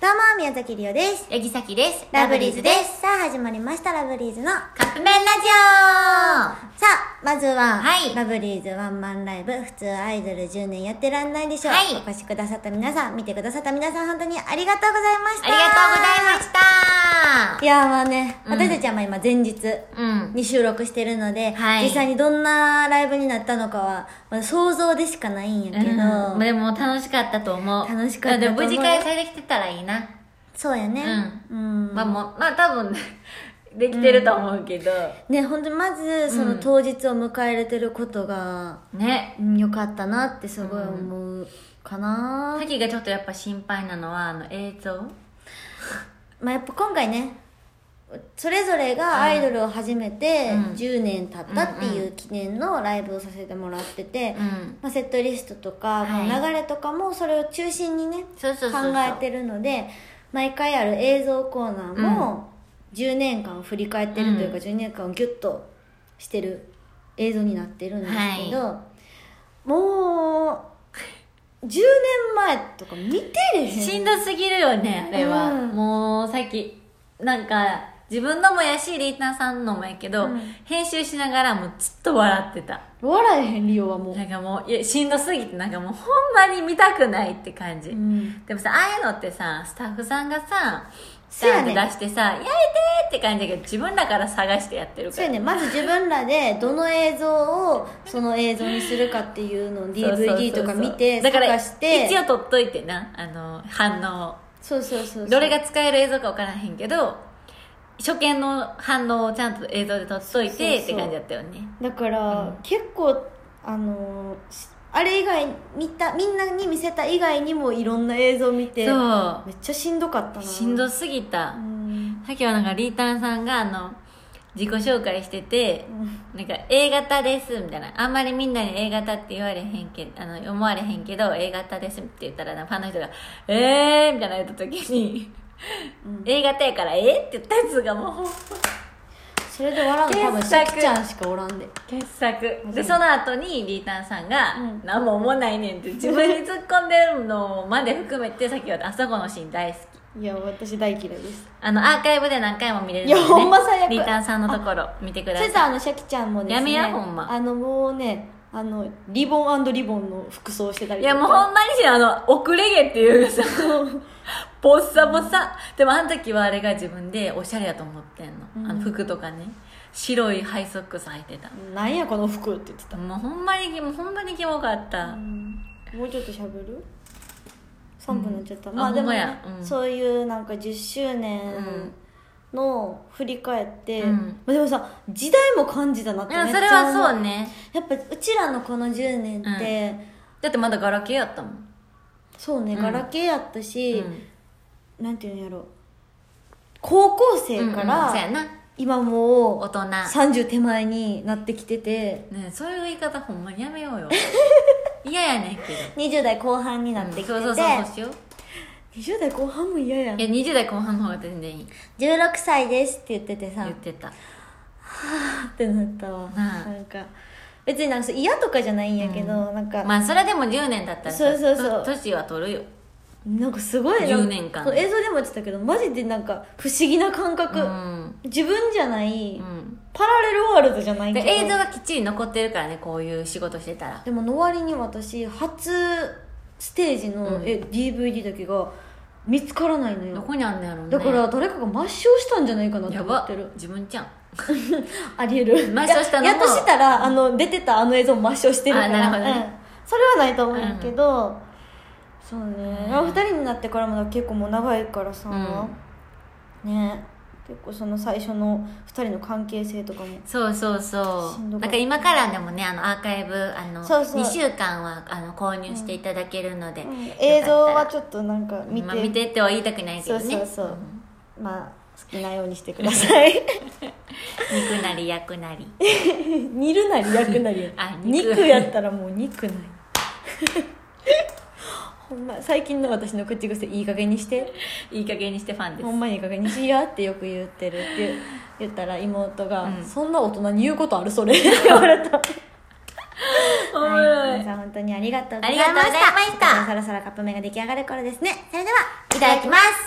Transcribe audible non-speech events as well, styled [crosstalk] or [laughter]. どうも、宮崎りおです。八木崎です。ラブリーズです。さあ、始まりました、ラブリーズの。さす。カップ麺ラジオあ、まずは、はいラブリーズワンマンライブ、普通アイドル10年やってらんないでしょう。はいお越しくださった皆さん、見てくださった皆さん、本当にありがとうございました。ありがとうございましたいや、まあね、うん私たちはまあ今、前日うん。に収録してるので、はい実際にどんなライブになったのかは、まあ、想像でしかないんやけど、うんでも楽しかったと思う。楽しかったと思うでも無事開催できてたらいいな。そうやね。うん。まあもう、まあ多分、 [laughs] できてると思うけど。ね、本当にまず、その当日を迎えれてることが、ね。うん良かったなってすごい思うかな、さきがちょっとやっぱ心配なのは、あの映像まあ、やっぱ今回ねそれぞれがアイドルを始めてうん10年経ったっていう記念のライブをさせてもらってて、うん。まあ、セットリストとか、はいまあ流れとかもそれを中心にねそうそうそうそう。考えてるので毎回ある映像コーナーも10年間を振り返ってるというか、うん10年間をギュッとしてる映像になってるんですけど、もう10年前とか見てれしへんんどすぎるよねあれは、うんもうさっきなんか自分のもやしリーターさんのもやけど、うん編集しながらもうずっと笑ってた笑えへんリオはもうな、んかもういやしんどすぎてなんかもうほんまに見たくないって感じ、うんでもさああいうのってさスタッフさんがさスそうやタねート出してさ「焼いて!」って感じだけど自分らから探してやってるかそうらやねまず自分らでどの映像をその映像にするかっていうのを DVD とか見てだから探して一応撮っといてなあの反応をそうそうそうそうどれが使える映像か分からへんけど初見の反応をちゃんと映像で撮っとそうそういてそうって感じだったよねだから、うん結構あのしあれ以外見たみんなに見せた以外にもいろんな映像見てめっそちゃしんどかったなうしんどすぎた、うんさっきはなんかリータンさんがあの自己紹介しててうんなんか A 型ですみたいなあんまりみんなに A 型って言われへんけあの思われへんけど A 型ですって言ったらなんかファンの人が「えー」みたいな言った時に [laughs] うん「A 型やからえー」って言ったやつがもうそれで笑うの多分し傑作きちゃんしかおらんで傑作でその後にリータンさんがうん「何も思わないねん」って自分に突っ込んでるのまで含めてさっきはあそこのシーン大好きいや私大嫌いですあのアーカイブで何回も見れるのいやほんま最悪リータンさんのところ見てくだそされいとあのシャキちゃんもですねやめやほんまあのもうねあのリボンリボンの服装してたりいとかやもうほんまにしあの遅れ毛ってい [laughs] うさボッサボサでもあの時はあれが自分でおしゃれやと思ってんの,、うんあの服とかね白いハイソックス履いてたなんやこの服って言ってた、もうほんまにもうほんまにキモかった、もうちょっとしゃべる3分になっちゃった、うんまああでも、ほんまねやうんそういうなんか10周年うんの振り返って、うんまあ、でもさ時代も感じたなってうんめっそちれゃは思うそうねやっぱうちらのこの10年って、だってまだガラケーやったもん、そうねうんガラケーやったうし、んなんていうんやろ高校生かうんうんそうやらな今もう大人30手前になってきててねえそういう言い方ほんまにや [laughs] めようよ嫌やねんけど20代後半になってきてて、うんそうそうそうそうしよう20代後半も嫌やんいや20代後半の方が全然いい16歳ですって言っててさ言ってたってなったわ、んなんか別になんかそう嫌とかじゃないんやけど、なんか、まあそれでも10年だったらさそうそうそうと年は取るよなんかすごいな10年間そう映像でも言ってたけどマジでなんか不思議な感う覚、ん、自分じゃない、うん、パラレルワールドじゃないけでど映像がきっちり残ってるからねこういう仕事してたらでもの割に私初ステージの、うんえ DVD だけが見つからないのどよこにあんのやろうねだから誰かが抹消したんじゃないかなってや思っばてる自分じゃんありえる抹消したのもややっとしたらあの出てたあの映像抹消してるからあなるほどねうんそれはないと思うんやけど、そうね、うんお二人になってからも結構もう長いからさ、ね結構その最初の二人の関係性とかもそうそうそしうんどなんかったか今からでもねあのアーカイブあのそうそう2週間はあの購入していただけるので、うん映像はちょっょっとなんかと見見て,、て,、まあ、見てっては言いたくないけどねそうそうそうんまあ好きなようにしてください肉なり焼く [laughs] なり煮るなり焼くなり [laughs] あ肉やったらもう肉ない [laughs] ほんま最近の私の口癖いい加減にしていい加減にしてファンですほんまにいい加減にしやってよく言ってるって言う言ったら妹が、うんそんな大人に言うことあるそれ」って言われたおもろい皆さん本当にありがとうございありがまとうしござたいましたそろそろカップ麺が出来上がる頃ですねそれではいただきます